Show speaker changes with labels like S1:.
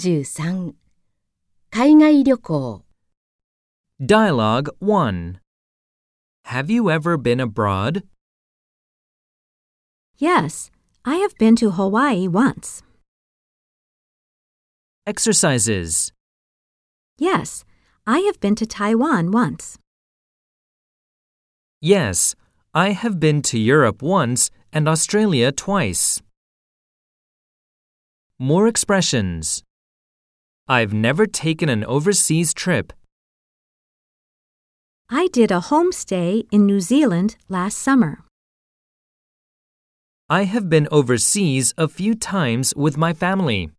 S1: 33海外旅行
S2: Dialogue 1 Have you ever been abroad?
S3: Yes, I have been to Hawaii once.
S2: Exercises
S3: Yes, I have been to Taiwan once.
S2: Yes, I have been to Europe once and Australia twice. More expressions I've never taken an overseas trip.
S3: I did a homestay in New Zealand last summer.
S2: I have been overseas a few times with my family.